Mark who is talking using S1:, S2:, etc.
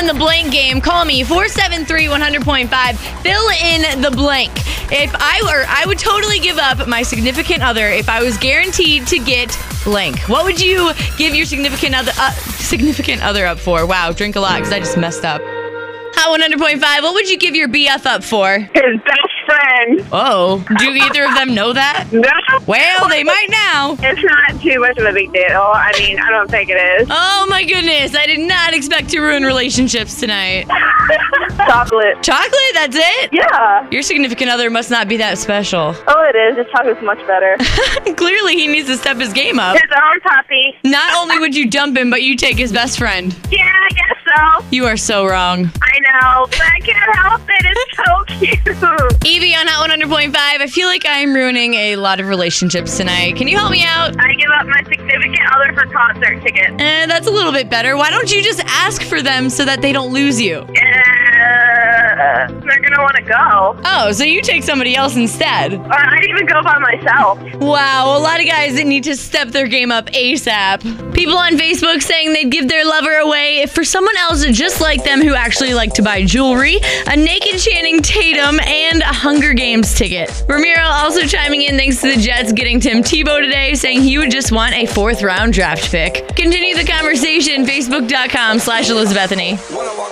S1: in the blank game, call me 473 100.5. Fill in the blank. If I were, I would totally give up my significant other if I was guaranteed to get blank. What would you give your significant other uh, significant other up for? Wow, drink a lot because I just messed up. Hot 100.5. What would you give your BF up for?
S2: His best friend.
S1: Oh, do either of them know that?
S2: No.
S1: Well, they might now.
S2: It's not too much of a big deal. I mean, I don't think it is.
S1: Oh my goodness, I did not expect to ruin relationships tonight.
S2: Chocolate.
S1: Chocolate, that's it?
S2: Yeah.
S1: Your significant other must not be that special.
S2: Oh, it is. His chocolate's much better.
S1: Clearly, he needs to step his game up.
S2: His own puppy.
S1: Not only would you dump him, but you take his best friend.
S2: Yeah, I guess so.
S1: You are so wrong.
S2: I know, but I can't help it. It's so cute.
S1: Evie on Hot 100.5, I feel like I'm ruining a lot of relationships tonight. Can you help me out?
S2: I give up my significant other for concert tickets.
S1: Eh, that's a little bit better. Why don't you just ask for them so that they don't lose you?
S2: Uh, they're gonna want to go,
S1: Oh, so you take somebody else instead.
S2: or I'd even go by myself.
S1: Wow, a lot of guys that need to step their game up ASAP. People on Facebook saying they'd give their lover away if for someone else just like them who actually like to buy jewelry, a naked Channing Tatum, and a Hunger Games ticket. Ramiro also chiming in thanks to the Jets getting Tim Tebow today, saying he would just want a fourth round draft pick. Continue the conversation, facebook.com slash Elizabethany.